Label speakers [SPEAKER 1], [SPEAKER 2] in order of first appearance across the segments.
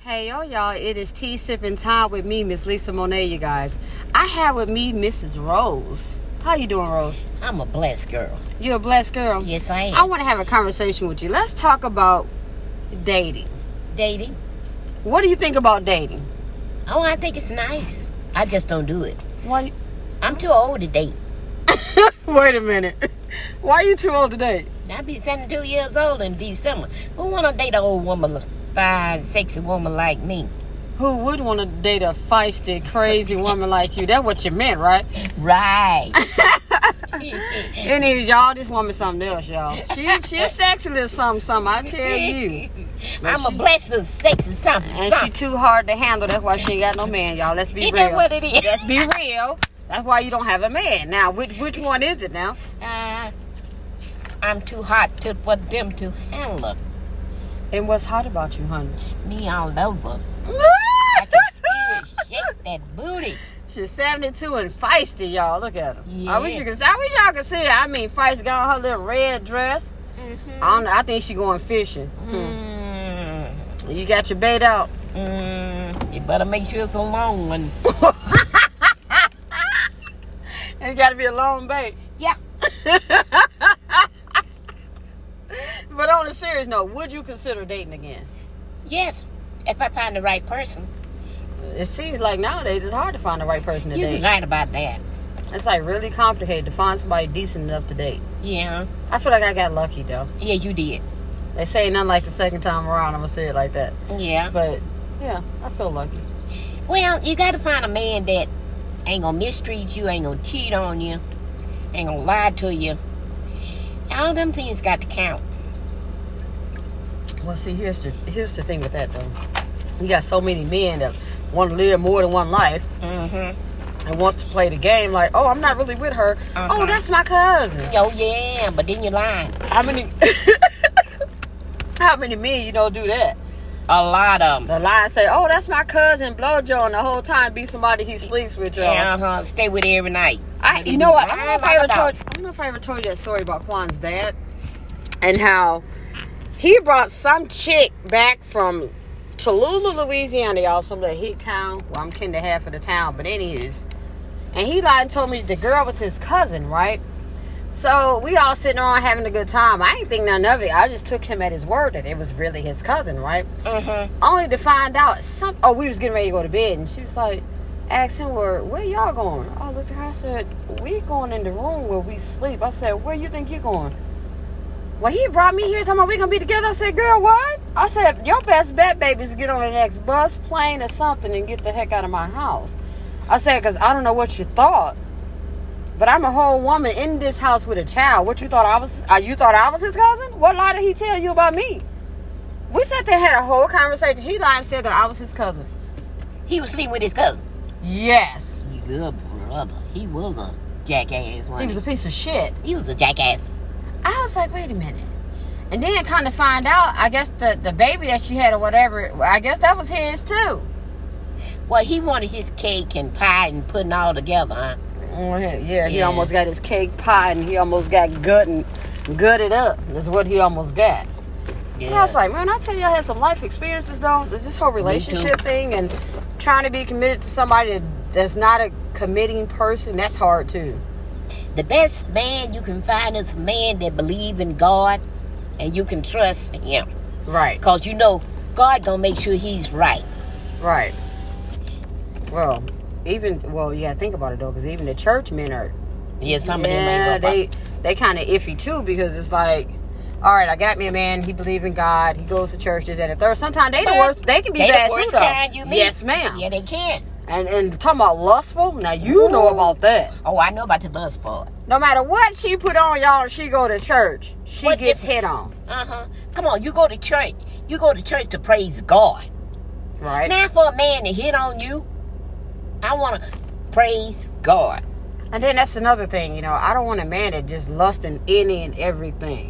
[SPEAKER 1] Hey, yo, y'all. It is tea sipping time with me, Miss Lisa Monet, you guys. I have with me Mrs. Rose. How you doing, Rose?
[SPEAKER 2] I'm a blessed girl.
[SPEAKER 1] You're a blessed girl.
[SPEAKER 2] Yes, I am.
[SPEAKER 1] I want to have a conversation with you. Let's talk about dating.
[SPEAKER 2] dating.
[SPEAKER 1] What do you think about dating?
[SPEAKER 2] Oh, I think it's nice. I just don't do it.
[SPEAKER 1] Why?
[SPEAKER 2] I'm too old to date.
[SPEAKER 1] Wait a minute. Why are you too old to date?
[SPEAKER 2] I'll be 72 years old in December. Who want to date an old woman, fine, sexy woman like me?
[SPEAKER 1] Who would want to date a feisty, crazy woman like you? That's what you meant, right?
[SPEAKER 2] Right.
[SPEAKER 1] Anyways, y'all, this woman something else, y'all. She, she's sexy little something, something, I tell you.
[SPEAKER 2] I'm a blessed little sexy something.
[SPEAKER 1] And she
[SPEAKER 2] something.
[SPEAKER 1] too hard to handle. That's why she ain't got no man, y'all. Let's be
[SPEAKER 2] It
[SPEAKER 1] real.
[SPEAKER 2] is what it is.
[SPEAKER 1] Let's be real. That's why you don't have a man. Now, which which one is it now?
[SPEAKER 2] Uh, I'm too hot to, for them to handle
[SPEAKER 1] And what's hot about you, honey?
[SPEAKER 2] me all over. I can still shake that booty.
[SPEAKER 1] She's 72 and feisty, y'all. Look at her. I wish you
[SPEAKER 2] Yeah.
[SPEAKER 1] could. I wish y'all could see her. I mean, feisty got on her little red dress.
[SPEAKER 2] Mm-hmm.
[SPEAKER 1] I don't know. I think she going fishing.
[SPEAKER 2] Mm,
[SPEAKER 1] You got your bait out.
[SPEAKER 2] mm, you better make sure it's a long one.
[SPEAKER 1] It's got to be a long bait.
[SPEAKER 2] Yeah.
[SPEAKER 1] But on a serious note, would you consider dating again?
[SPEAKER 2] Yes, if I find the right person.
[SPEAKER 1] It seems like nowadays it's hard to find the right person to
[SPEAKER 2] You're
[SPEAKER 1] date.
[SPEAKER 2] right about that.
[SPEAKER 1] It's like really complicated to find somebody decent enough to date.
[SPEAKER 2] Yeah.
[SPEAKER 1] I feel like I got lucky though.
[SPEAKER 2] Yeah, you did.
[SPEAKER 1] They say nothing like the second time around. I'm gonna say it like that.
[SPEAKER 2] Yeah.
[SPEAKER 1] But yeah, I feel lucky.
[SPEAKER 2] Well, you got to find a man that ain't gonna mistreat you, ain't gonna cheat on you, ain't gonna lie to you. All them things got to count.
[SPEAKER 1] Well, see, here's the here's the thing with that though. You got so many men that want to live more than one life
[SPEAKER 2] Mm-hmm.
[SPEAKER 1] and wants to play the game. Like, oh, I'm not really with her. Oh,
[SPEAKER 2] Uh-huh.
[SPEAKER 1] that's my cousin.
[SPEAKER 2] Oh yeah, but then you're lying.
[SPEAKER 1] How many? how many men you know do that?
[SPEAKER 2] A lot of them.
[SPEAKER 1] The lie and say, oh, that's my cousin Blowjo, and the whole time be somebody he sleeps with, y'all.
[SPEAKER 2] Yeah, uh-huh. stay with you every night.
[SPEAKER 1] I,
[SPEAKER 2] But
[SPEAKER 1] you
[SPEAKER 2] then
[SPEAKER 1] know
[SPEAKER 2] you
[SPEAKER 1] what? I don't know
[SPEAKER 2] lying
[SPEAKER 1] if I ever
[SPEAKER 2] like a
[SPEAKER 1] told.
[SPEAKER 2] dog.
[SPEAKER 1] I don't know if I ever told you that story about Quan's dad, and how he brought some chick back from Tallulah, Louisiana, y'all, some little hick town. Well, I'm kin to half of the town, but it is. And he lied and told me the girl was his cousin, right? So we all sitting around having a good time. I ain't think none of it. I just took him at his word that it was really his cousin, right?
[SPEAKER 2] Mhm.
[SPEAKER 1] Only to find out some. Oh, we was getting ready to go to bed, and she was like, asked him where where y'all going. I looked at her. I said, we going in the room where we sleep. I said, where you think you going? Well, he brought me here talking about we gonna be together. I said, girl, what? I said, your best bet, baby, is to get on the next bus, plane, or something, and get the heck out of my house. I said, cause I don't know what you thought. But I'm a whole woman in this house with a child. What you thought I was? Uh, you thought I was his cousin? What lie did he tell you about me? We sat there had a whole conversation. He lied and said that I was his cousin.
[SPEAKER 2] He was sleeping with his cousin.
[SPEAKER 1] Yes,
[SPEAKER 2] Good brother. He was a jackass.
[SPEAKER 1] he was a
[SPEAKER 2] Wasn't
[SPEAKER 1] piece of shit.
[SPEAKER 2] he? he was a jackass.
[SPEAKER 1] I was like, wait a minute. And then kind of find out, I guess the the baby that she had or whatever, I guess that was his too.
[SPEAKER 2] Well, he wanted his cake and pie and pudding all together, huh?
[SPEAKER 1] Oh, Yeah, yeah, he
[SPEAKER 2] Yeah.
[SPEAKER 1] almost got his cake pie and he almost got gut and gutted up. Is what he almost got. And I was like, man, I tell you, I had some life experiences though. This this whole relationship thing and trying to be committed to somebody that- that's not a committing person, that's hard too.
[SPEAKER 2] the best man you can find is a man that believe in God and you can trust him.
[SPEAKER 1] Right,
[SPEAKER 2] Cause you know God gonna make sure he's right.
[SPEAKER 1] right. Well, even well, yeah. Think about it though, because even the church men are
[SPEAKER 2] Yeah, some
[SPEAKER 1] yeah,
[SPEAKER 2] of them ain't
[SPEAKER 1] they they kind of iffy too because it's like. All right, I got me a man. He believe in God. He goes to church. This and the third. Sometimes they the
[SPEAKER 2] But
[SPEAKER 1] worst. They can be
[SPEAKER 2] they the
[SPEAKER 1] bad too,
[SPEAKER 2] worst
[SPEAKER 1] though.
[SPEAKER 2] kind you meet.
[SPEAKER 1] Yes, ma'am.
[SPEAKER 2] Yeah, they can.
[SPEAKER 1] And and talking about lustful. Now you know
[SPEAKER 2] Ooh.
[SPEAKER 1] about that.
[SPEAKER 2] Oh, I know about the lust part.
[SPEAKER 1] No matter what she put on, y'all, she go to church. She
[SPEAKER 2] What
[SPEAKER 1] gets
[SPEAKER 2] if-
[SPEAKER 1] hit on.
[SPEAKER 2] Uh-huh. Come on, you go to church. You go to church to praise God.
[SPEAKER 1] Right.
[SPEAKER 2] Now for a man to hit on you, I wanna praise God.
[SPEAKER 1] And then that's another thing, you know. I don't want a man that just lusting any and everything.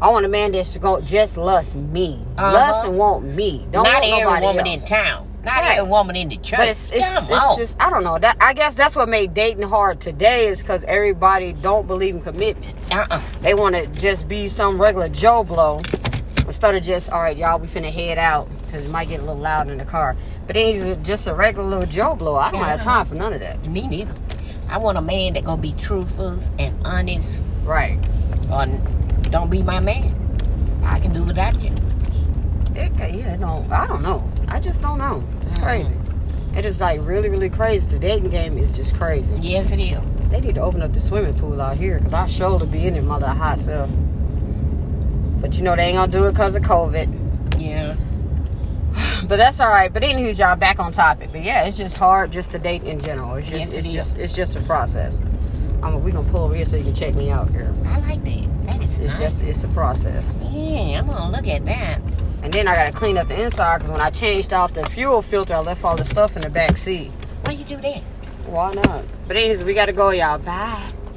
[SPEAKER 1] I want a man that's going just lust me,
[SPEAKER 2] Uh-huh.
[SPEAKER 1] lust and want me. Don't
[SPEAKER 2] Not
[SPEAKER 1] want
[SPEAKER 2] every
[SPEAKER 1] nobody
[SPEAKER 2] woman
[SPEAKER 1] else.
[SPEAKER 2] in town. Not
[SPEAKER 1] Right.
[SPEAKER 2] every woman in the church.
[SPEAKER 1] But it's it's,
[SPEAKER 2] Come
[SPEAKER 1] it's
[SPEAKER 2] on.
[SPEAKER 1] just I don't know. That I guess that's what made dating hard today is because everybody don't believe in commitment.
[SPEAKER 2] uh-uh.
[SPEAKER 1] They want to just be some regular Joe blow instead of just all right, y'all. We finna head out. because it might get a little loud in the car. But then he's just a regular little Joe blow. I don't have time for none of that.
[SPEAKER 2] Me neither. I want a man that gonna be truthful and honest,
[SPEAKER 1] Right.
[SPEAKER 2] or don't be my man. I can do without you.
[SPEAKER 1] It, ca- yeah, no, I don't know. I just don't know. It's
[SPEAKER 2] Mhm.
[SPEAKER 1] crazy. It is like really, really crazy. The dating game is just crazy.
[SPEAKER 2] Yes, it is.
[SPEAKER 1] They need to open up the swimming pool out here because I sure to be in it, mother hot self. But you know they ain't gonna do it because of COVID.
[SPEAKER 2] Yeah.
[SPEAKER 1] But that's all right. But anywho, y'all back on topic. But yeah, it's just hard just to date in general. It's just,
[SPEAKER 2] Yes, it
[SPEAKER 1] it's
[SPEAKER 2] is.
[SPEAKER 1] just, it's just a process. I'm we gonna pull over here so you can check me out here.
[SPEAKER 2] I like that. That is
[SPEAKER 1] It's
[SPEAKER 2] nice.
[SPEAKER 1] just, it's a process.
[SPEAKER 2] Yeah, I'm gonna look at that.
[SPEAKER 1] And then I gotta clean up the inside because when I changed out the fuel filter, I left all the stuff in the back seat.
[SPEAKER 2] Why you do that?
[SPEAKER 1] Why not? But anyways, we gotta go, y'all. Bye.